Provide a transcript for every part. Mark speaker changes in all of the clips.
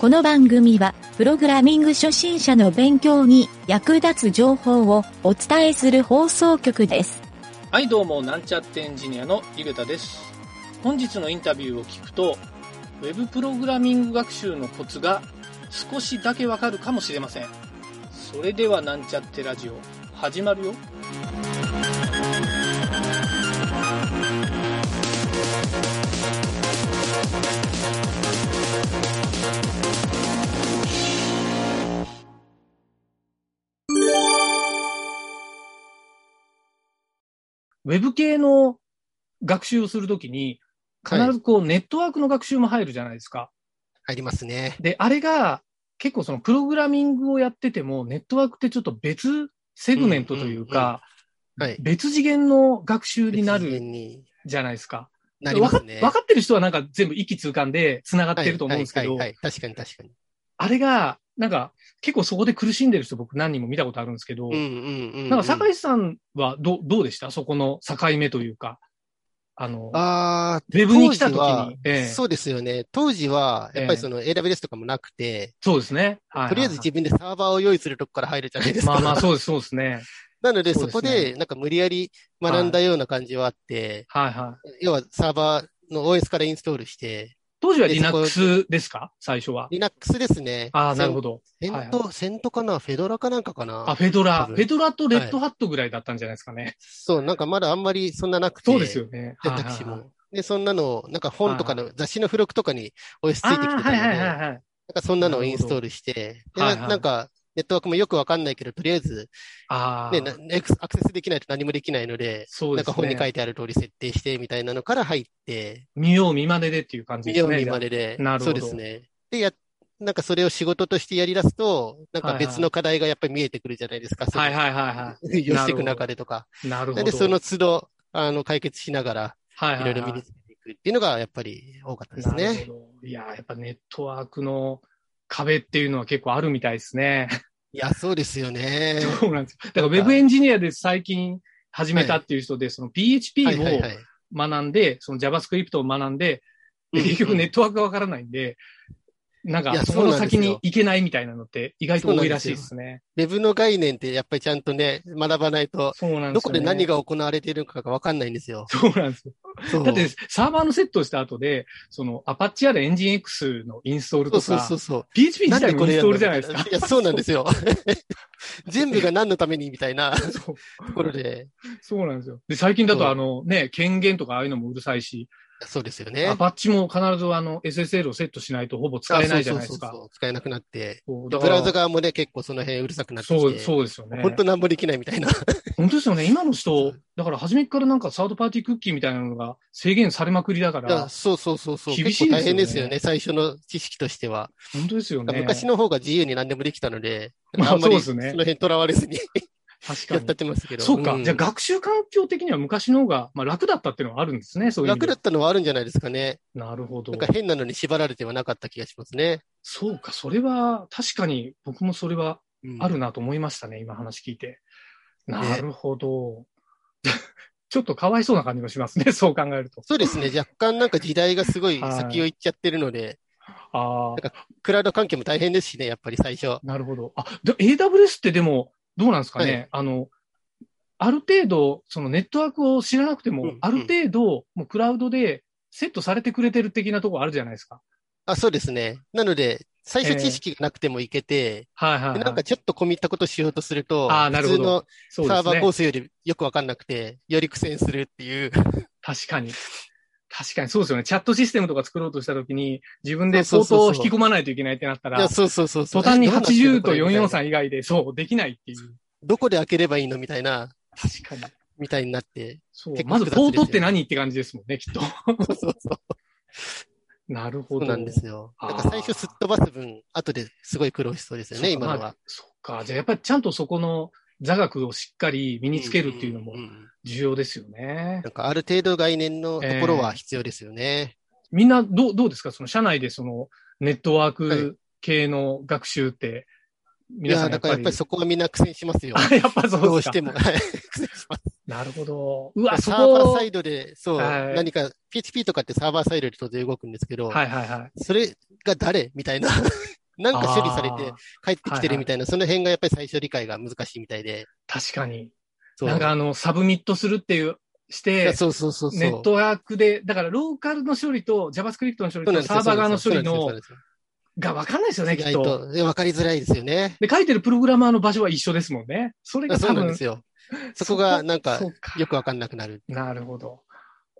Speaker 1: この番組は、プログラミング初心者の勉強に役立つ情報をお伝えする放送局です。
Speaker 2: はい、どうも、なんちゃってエンジニアのゆげたです。本日のインタビューを聞くと、ウェブプログラミング学習のコツが少しだけわかるかもしれません。それでは、なんちゃってラジオ、始まるよ。ウェブ系の学習をするときに、必ずこう、ネットワークの学習も入るじゃないですか。
Speaker 3: 入りますね。
Speaker 2: で、あれが結構そのプログラミングをやってても、ネットワークってちょっと別セグメントというか、
Speaker 3: はい。
Speaker 2: 別次元の学習にな
Speaker 3: 別
Speaker 2: る
Speaker 3: 人に
Speaker 2: じゃないですか。
Speaker 3: なりますね。
Speaker 2: 分かってる人はなんか全部一気通貫で繋がってると思うんですけ
Speaker 3: は
Speaker 2: ど
Speaker 3: いは、いはいはい確かに確かに。
Speaker 2: あれがなんか結構そこで苦しんでる人僕何人も見たことあるんですけど
Speaker 3: うん、うんうんうん。
Speaker 2: なんか酒井さんはどうどうでしたそこの境目というか、あの、
Speaker 3: ああ、
Speaker 2: ウェブに来た時
Speaker 3: 当時は
Speaker 2: に、ええ
Speaker 3: そうですよね。当時は、やっぱりその AWS とかもなくて、
Speaker 2: そうですね。はい
Speaker 3: とりあえず自分でサーバーを用意するとこから入るじゃないですか。
Speaker 2: まあまあ、そうです、そうですね。
Speaker 3: なので、
Speaker 2: そう
Speaker 3: そ
Speaker 2: ですね
Speaker 3: こで、なんか無理やり学んだような感じはあって、
Speaker 2: はいはい。
Speaker 3: 要はサーバーの OS からインストールして、
Speaker 2: 当時は
Speaker 3: でそこ
Speaker 2: Linux ですか最初は。
Speaker 3: Linux ですね。
Speaker 2: ああ、なるほ
Speaker 3: ど。
Speaker 2: ど。
Speaker 3: セン
Speaker 2: はい
Speaker 3: ト、セントかなフェドラかなんかかな
Speaker 2: あ、フェドラ。
Speaker 3: 多
Speaker 2: フ
Speaker 3: 分
Speaker 2: ェドラとレッドハットぐらいだったんじゃないですかね。
Speaker 3: そう、なんかまだあんまりそんななくて。
Speaker 2: そうですよね。
Speaker 3: で、
Speaker 2: はいはいはい
Speaker 3: 私も。で、そんなのを、なんか本とかの雑誌の付録とかに OS つい
Speaker 2: あ
Speaker 3: てき
Speaker 2: ー
Speaker 3: てたの
Speaker 2: は
Speaker 3: で、
Speaker 2: いはい
Speaker 3: な
Speaker 2: は
Speaker 3: ん
Speaker 2: いはい。
Speaker 3: かそんなのをインストールして、で、
Speaker 2: はい
Speaker 3: な
Speaker 2: はい
Speaker 3: なんか、ネットワークもよくわかんないけど、とりあえず、
Speaker 2: ああ、
Speaker 3: ね、なエクスアクセスできないと何もできないので、
Speaker 2: そう
Speaker 3: な
Speaker 2: で
Speaker 3: んか
Speaker 2: す
Speaker 3: 本に書
Speaker 2: ね。
Speaker 3: いてある通り設定してみたいなのから入って、
Speaker 2: 見よう見まねでっていう感じ
Speaker 3: 見
Speaker 2: です
Speaker 3: よ
Speaker 2: ね。
Speaker 3: う見まねで、
Speaker 2: なるほ
Speaker 3: そう
Speaker 2: ど
Speaker 3: ですね。で、や、なんかそれを仕事としてやり出すと、なんか別の課題がやっぱり見えてくるじゃないですか、その
Speaker 2: はいはいはいは
Speaker 3: 寄していく中でとか。
Speaker 2: い。なるほ
Speaker 3: な
Speaker 2: ど。
Speaker 3: んで、その都度、あの、解決しながら、
Speaker 2: はい
Speaker 3: い
Speaker 2: は
Speaker 3: ろ
Speaker 2: い
Speaker 3: いろ身につけていくっていうのがやっぱり多かったです
Speaker 2: はいなる
Speaker 3: ね。
Speaker 2: ほど。いやー、やっぱネットワークの壁っていうのは結構あるみたいです ね。
Speaker 3: いや、そうですよね。
Speaker 2: そうなんですよ。だからウェブエンジニアで最近始めたっていう人で、その PHP
Speaker 3: はいはい
Speaker 2: を
Speaker 3: はい。
Speaker 2: 学んで、その JavaScript を学んで、で
Speaker 3: うん
Speaker 2: 結局ネットワークがわからないんで、なん
Speaker 3: い
Speaker 2: か
Speaker 3: や
Speaker 2: そこの
Speaker 3: そうなんです
Speaker 2: 先
Speaker 3: よ
Speaker 2: に行けないみたいなのって意外と多いらしいですね。
Speaker 3: ウェブの概念ってやっぱりちゃんとね、学ばないと、
Speaker 2: そうなんで
Speaker 3: ど
Speaker 2: す
Speaker 3: こ
Speaker 2: よ、ね。
Speaker 3: で何が行われているのかがわかんないんですよ。
Speaker 2: そうなんですよ。
Speaker 3: そう
Speaker 2: だってサーバーのセットをした後で、その Apache やら EngineX のインストール
Speaker 3: そ
Speaker 2: と
Speaker 3: うそう
Speaker 2: か
Speaker 3: そう、そう。
Speaker 2: PHP 自体もインストールじゃない
Speaker 3: ん
Speaker 2: ですか。
Speaker 3: いや、そうなんですよ。 全部が何のためにみたいな
Speaker 2: そう
Speaker 3: ところで、
Speaker 2: そうなんですよ。で、最近だ
Speaker 3: そ
Speaker 2: と
Speaker 3: う
Speaker 2: あのね、権限とかああいうのもうるさいし、
Speaker 3: そうですよね。
Speaker 2: Apache も必ずあの SSL をセットしないとほぼ使えないじゃないです
Speaker 3: あそう
Speaker 2: か
Speaker 3: そう。そうそう使えなくなって。
Speaker 2: そう
Speaker 3: で
Speaker 2: だ
Speaker 3: ブ
Speaker 2: から
Speaker 3: ラウザ側もね、結構その辺うるさくなってきて。
Speaker 2: そう、そうですよね。
Speaker 3: 本当何もできないみたいな。
Speaker 2: 本当ですよね。今の
Speaker 3: そ
Speaker 2: 人
Speaker 3: う、
Speaker 2: だから初めからなんかサードパーティークッキーみたいなのが制限されまくりだか
Speaker 3: いや
Speaker 2: ら、
Speaker 3: そうそうそうそう。
Speaker 2: 厳しいですよね
Speaker 3: 結構大変ですよね、最初の知識としては。
Speaker 2: 本当ですよね。
Speaker 3: 昔の方が自由に何でもできたので、
Speaker 2: まあ
Speaker 3: んまり
Speaker 2: そうですね
Speaker 3: その辺とらわれずに
Speaker 2: 確
Speaker 3: や
Speaker 2: か
Speaker 3: っちゃっ
Speaker 2: に。
Speaker 3: てますけど。
Speaker 2: そうか、
Speaker 3: ん
Speaker 2: じゃあ学習環境的には昔の方が、まあ、楽だったっていうのはあるんですね。そういう意味
Speaker 3: 楽
Speaker 2: で
Speaker 3: だったのはあるんじゃないですかね。
Speaker 2: なるほど
Speaker 3: なん。か変なのに縛られてはなかった気がしますね。
Speaker 2: そうか、それは確かに僕もそれはあるなと思いましたね。今話聞いて。なるほど。 ちょっとかわいそうな感じもしますね。そう考えると。
Speaker 3: そうですね。若干なんか時代がすごい
Speaker 2: はい
Speaker 3: 先を行っちゃってるので、
Speaker 2: ああ、
Speaker 3: クラウド環境も大変ですしね、やっぱり最初。
Speaker 2: なるほど。あ、で AWS ってでも、どうなんですかね、
Speaker 3: は
Speaker 2: あの、ある程度、そのネットワークを知らなくても、
Speaker 3: うんうん
Speaker 2: ある程度、もうクラウドでセットされてくれてる的なとこあるじゃないですか。
Speaker 3: あ、そうですね。なので、最初知識がなくてもいけて、
Speaker 2: はいはい、は
Speaker 3: で
Speaker 2: い。
Speaker 3: なんかちょっと込み入ったことしようとすると、
Speaker 2: あーなるほ
Speaker 3: 普通
Speaker 2: ど
Speaker 3: の
Speaker 2: そうで
Speaker 3: サー
Speaker 2: す
Speaker 3: バー構
Speaker 2: ね。
Speaker 3: 成よりよくわかんなくて、より苦戦するっていう。
Speaker 2: 確かに。確かにそうですよね。チャットシステムとか作ろうとしたときに、自分で
Speaker 3: そ
Speaker 2: 相
Speaker 3: うそう
Speaker 2: 当
Speaker 3: そうそう
Speaker 2: 引き込まないといけないってなった
Speaker 3: い
Speaker 2: ら
Speaker 3: や、、 そうそうそうそう。
Speaker 2: 途端に
Speaker 3: えどうなってるの
Speaker 2: 80
Speaker 3: ことれみたい
Speaker 2: 443
Speaker 3: な
Speaker 2: 以外で、そう、できないっていう。
Speaker 3: どこで開ければいいのみたいな、
Speaker 2: 確かに。
Speaker 3: みたいになって。
Speaker 2: そう。
Speaker 3: 結構
Speaker 2: まず、
Speaker 3: 複雑です
Speaker 2: ポ
Speaker 3: よ
Speaker 2: ー
Speaker 3: ね
Speaker 2: トって何って感じですもんね、きっと。
Speaker 3: そうそうそう。
Speaker 2: なるほ
Speaker 3: そ
Speaker 2: ど。
Speaker 3: うなんですよ。
Speaker 2: あー
Speaker 3: なんか最初すっ飛ばす分、後ですごい苦労しそうですよね、
Speaker 2: そうか
Speaker 3: 今の
Speaker 2: まあ
Speaker 3: は。
Speaker 2: そっか。じゃあやっぱりちゃんとそこの座学をしっかり身につけるっていうのも
Speaker 3: んんん
Speaker 2: 重要ですよね。
Speaker 3: なんかある程度概念のところは必要ですよね。
Speaker 2: みんなどう、どうですかその社内でそのネットワーク系の学習って
Speaker 3: い
Speaker 2: 皆さ
Speaker 3: や、
Speaker 2: んや
Speaker 3: だ
Speaker 2: っぱ
Speaker 3: からやっ
Speaker 2: り。
Speaker 3: ぱりそこはみんな苦戦しますよ。
Speaker 2: あやっぱそうですか。
Speaker 3: どうしても。はい 苦戦します。
Speaker 2: なるほど。うわ、そ
Speaker 3: サーバー
Speaker 2: こ。
Speaker 3: サイドで、そう、
Speaker 2: はい
Speaker 3: 何か、PHP とかってサーバーサイドで当然動くんですけど、
Speaker 2: はいはいはい。
Speaker 3: それが誰みたいな。 なんか処理されて
Speaker 2: あー
Speaker 3: 帰ってきてるみたいな、その辺がやっぱり最初理解が難しいみたいで。
Speaker 2: 確かに。
Speaker 3: そう
Speaker 2: なんかあの、サブミットするっていう、し
Speaker 3: いや
Speaker 2: て、
Speaker 3: そうそうそうそう。
Speaker 2: ネットワークで、だからローカルの処理と JavaScript の処理
Speaker 3: そうなん
Speaker 2: と
Speaker 3: です
Speaker 2: サ
Speaker 3: よ
Speaker 2: ーバー側の処理
Speaker 3: そうな
Speaker 2: の
Speaker 3: んですよ
Speaker 2: が分かんないですよね、きっ
Speaker 3: 意外
Speaker 2: と。
Speaker 3: と、えわかりづらいですよね。
Speaker 2: で、書いてるプログラマーの場所は一緒ですもんね。それが
Speaker 3: そう
Speaker 2: 多
Speaker 3: なん
Speaker 2: 分
Speaker 3: で、すよ。そこがなんか
Speaker 2: そ、うか
Speaker 3: よくわかんなくなる。
Speaker 2: なるほど。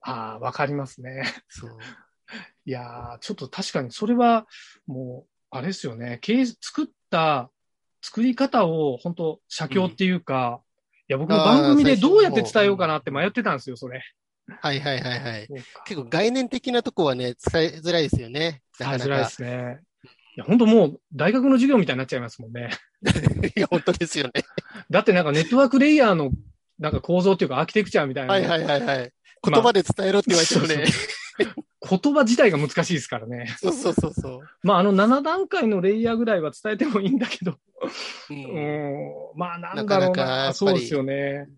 Speaker 2: ああ、わかりますね。
Speaker 3: そう。
Speaker 2: いやー、ちょっと確かにそれは、もう、あれですよね。経営作った、作り方を、本当写経っていうか、いや、僕も番組で
Speaker 3: あー最初
Speaker 2: どうやって伝えようかなって迷ってたんですよ、それ。
Speaker 3: はいはいはいはい。
Speaker 2: そうか
Speaker 3: 結構概念的なとこはね、伝えづらいですよね。な
Speaker 2: 伝え
Speaker 3: かな
Speaker 2: づらいで
Speaker 3: か。
Speaker 2: すね。いや、本当もう、大学の授業みたいになっちゃいますもんね。
Speaker 3: いや、本当ですよね。
Speaker 2: だってなんかネットワークレイヤーの、なんか構造っていうかアーキテクチャみたいな。
Speaker 3: はいはいはいはい。
Speaker 2: まあ
Speaker 3: 言葉で伝えろって言われてもね。
Speaker 2: 言葉自体が難しいですからね。
Speaker 3: そうそうそうそう。
Speaker 2: まあ、あの7段階のレイヤーぐらいは伝えてもいいんだけど、
Speaker 3: う。
Speaker 2: うんん、まあ、なんだろうな。
Speaker 3: なかなかやっぱり
Speaker 2: そうですよね。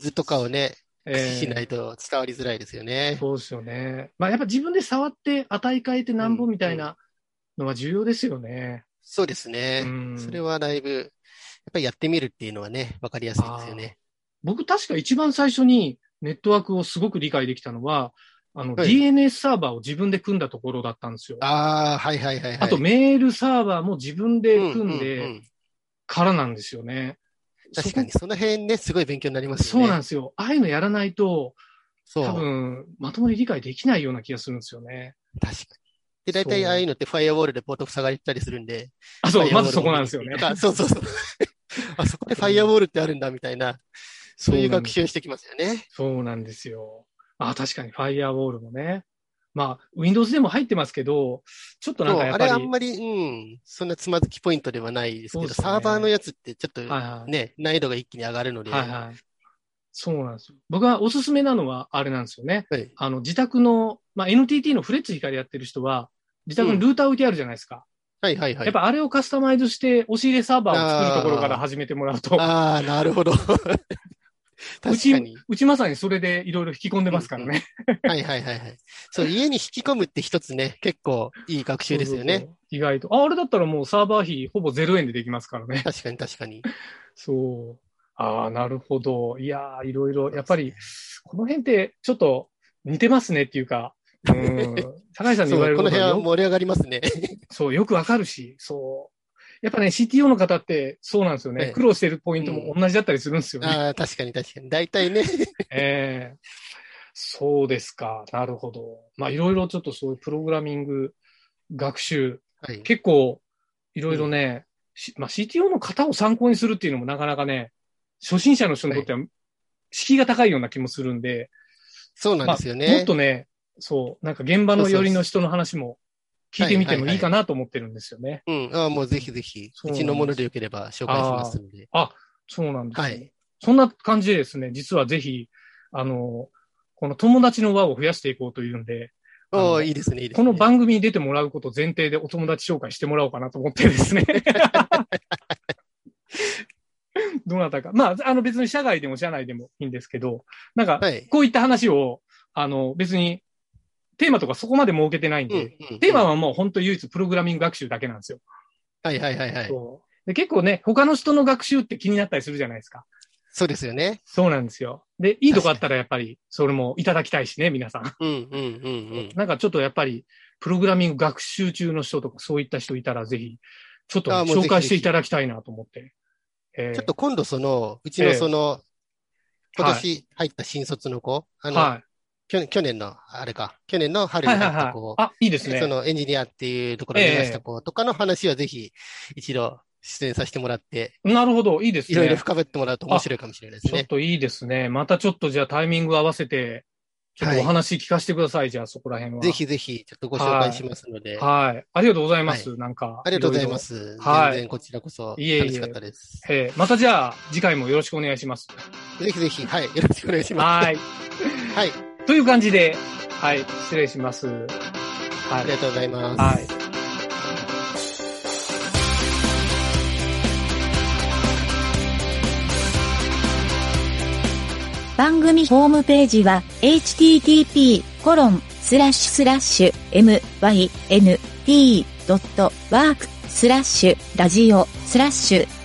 Speaker 3: 図とかをね、
Speaker 2: え
Speaker 3: 駆
Speaker 2: え
Speaker 3: 使しないと伝わりづらいですよね。
Speaker 2: そうですよね。まあ、やっぱ自分で触って値変えてなんぼみたいなのは重要ですよね。
Speaker 3: そうですね。
Speaker 2: うん
Speaker 3: それはだいぶ、やっぱりやってみるっていうのはね、わかりやすいですよね。
Speaker 2: 僕確か一番最初にネットワークをすごく理解できたのは、あの
Speaker 3: はい
Speaker 2: DNS サーバーを自分で組んだところだったんですよ。
Speaker 3: ああ、はいはいはいはい。
Speaker 2: あとメールサーバーも自分で組ん
Speaker 3: ううう
Speaker 2: でからなんですよね。
Speaker 3: 確かに、
Speaker 2: そ
Speaker 3: その辺ね、すごい勉強になりま
Speaker 2: こ
Speaker 3: すよ
Speaker 2: そ
Speaker 3: ね。
Speaker 2: うなんですよ。ああいうのやらないと、
Speaker 3: そう
Speaker 2: 多分、まともに理解できないような気がするんですよね。
Speaker 3: 確かに。で、大体
Speaker 2: そう
Speaker 3: ああいうのってファイアウォールでポート塞がれてたりするんで。
Speaker 2: あ、そう、
Speaker 3: ファイア
Speaker 2: ま
Speaker 3: ウォール
Speaker 2: ずそこなんですよね。
Speaker 3: とかそうそう そう。あ、そこでファイアウォールってあるんだ、みたいな。そういう学習をしてきますよね。
Speaker 2: そうなんですよ。あ、確かに、ファイアウォールもね。まあ、Windows でも入ってますけど、ちょっと
Speaker 3: そ
Speaker 2: な
Speaker 3: う
Speaker 2: んかやっ
Speaker 3: あ
Speaker 2: ぱ
Speaker 3: れ
Speaker 2: り、
Speaker 3: あんまり、うん、そんなつまずきポイントではないですけ
Speaker 2: そう
Speaker 3: ど、
Speaker 2: ですね
Speaker 3: サーバーのやつってちょっと
Speaker 2: はいはい
Speaker 3: ね、難易度が一気に上がるので。
Speaker 2: はいはい。そうなんですよ。僕はおすすめなのは、あれなんですよね。
Speaker 3: はい
Speaker 2: あの、自宅の、まあ、NTT のフレッツ光やってる人は、自宅にルーター置いてあるじゃないですか。
Speaker 3: はいはいはい
Speaker 2: やっぱあれをカスタマイズして、押し入れサーバーを作るところから
Speaker 3: あー
Speaker 2: 始めてもらうと、
Speaker 3: ああ、なるほど。 確か
Speaker 2: うち
Speaker 3: に。
Speaker 2: うちまさにそれでいろいろ引き込んでますからね。
Speaker 3: はいはいはいはい。そう、家に引き込むって一つね、結構いい学習ですよ
Speaker 2: そう
Speaker 3: ね。
Speaker 2: そうそう。意外と。あ、あれだったらもうサーバー費ほぼ0円でできますからね。
Speaker 3: 確かに確かに。
Speaker 2: そう。ああ、なるほど。いやー、いろいろ、やっぱり、この辺って、ちょっと似てますねっていう か、うん。高橋さんに
Speaker 3: そう
Speaker 2: 言われるこ
Speaker 3: こ
Speaker 2: と
Speaker 3: の辺
Speaker 2: は
Speaker 3: は
Speaker 2: よ
Speaker 3: 盛り上がりますね。
Speaker 2: そう、よくわかるし、そう。やっぱね、CTO の方って、そうなんですよね。
Speaker 3: ええ
Speaker 2: 苦労してるポイントも同じだったりするんですよね。
Speaker 3: ああ、確かに確かに。大体ね。
Speaker 2: ええそうですか。なるほど。まあ、いろいろちょっとそういうプログラミング、学習、
Speaker 3: はい。
Speaker 2: 結構、いろいろね、しまあ、CTO の方を参考にするっていうのもなかなかね、初心者の人にとっては、敷居が高いような気もするんで、
Speaker 3: そうなんですよね。
Speaker 2: もっとね、そう、なんか現場の寄りの人の話も聞いてみてもいいかなと思ってるんですよね。
Speaker 3: うん。ああ、もうぜひぜひ、
Speaker 2: そうなん
Speaker 3: う
Speaker 2: です
Speaker 3: ちのものでよければ紹介しますので。
Speaker 2: そうなんです、ね
Speaker 3: はい
Speaker 2: そんな感じでですね、実はぜひ、あの、この友達の輪を増やしていこうというんで、あの
Speaker 3: おおいいですね、いいです
Speaker 2: こ
Speaker 3: ね。
Speaker 2: の番組に出てもらうこと前提でお友達紹介してもらおうかなと思ってです ね。どなたか。まあ、あの別に社外でも社内でもいいんですけど、なんか、
Speaker 3: はい。
Speaker 2: こういった話を、あの別にテーマとかそこまで設けてないん
Speaker 3: うん
Speaker 2: で、
Speaker 3: うん
Speaker 2: テーマはもう本当唯一プログラミング学習だけなんですよ。
Speaker 3: はいはいはいはい。
Speaker 2: そうで結構ね、他の人の学習って気になったりするじゃないですか。
Speaker 3: そうですよね。
Speaker 2: そうなんですよ。で、いいとこあったらやっぱり、それもいただきたいしね、皆さん。
Speaker 3: うんうんうん
Speaker 2: なんかちょっとやっぱり、プログラミング学習中の人とか、そういった人いたら、ぜひ、ちょっと
Speaker 3: あもうぜ
Speaker 2: 紹
Speaker 3: ひ
Speaker 2: 介していただきたいなと思って。え
Speaker 3: うん。
Speaker 2: ー
Speaker 3: ちょっと今度その、うちのその、今年入った新卒の子、あの、
Speaker 2: は
Speaker 3: 去年去年の、あれか、去年の
Speaker 2: い。
Speaker 3: 春
Speaker 2: は
Speaker 3: に
Speaker 2: いはい
Speaker 3: 入った
Speaker 2: はい
Speaker 3: 子。、
Speaker 2: あ、いいですね。
Speaker 3: そのエンジニアっていうところを目指した子とかの話はぜひ一度出演させてもらって、
Speaker 2: なるほど、いいです
Speaker 3: いろいろ
Speaker 2: ね。
Speaker 3: 深めてもらうと面白いかもしれないです
Speaker 2: ちょっ
Speaker 3: ね。
Speaker 2: といいですね。またちょっとじゃあタイミング合わせて、ちょっとお話聞かせてください。じゃあそこら辺は。
Speaker 3: ぜひぜひちょっとご紹介しますので、
Speaker 2: はい。ありがとうございます。
Speaker 3: は
Speaker 2: なんか。
Speaker 3: ありがとうございま
Speaker 2: ろ
Speaker 3: す。
Speaker 2: はい
Speaker 3: 全然こちらこそ
Speaker 2: いえいえ
Speaker 3: 楽しかったです。
Speaker 2: いろ。えーまたじゃあ、次回もよろしくお願いします。
Speaker 3: ぜひぜひ、はい、よろしくお願いしま
Speaker 2: はい。
Speaker 3: す。はい、
Speaker 2: という感じで、はい。失礼します。は
Speaker 3: ありがとうございま
Speaker 2: は
Speaker 3: す。
Speaker 2: い。
Speaker 1: 番組ホームページは http://myn.t.work スラッシュラジオスラッシュ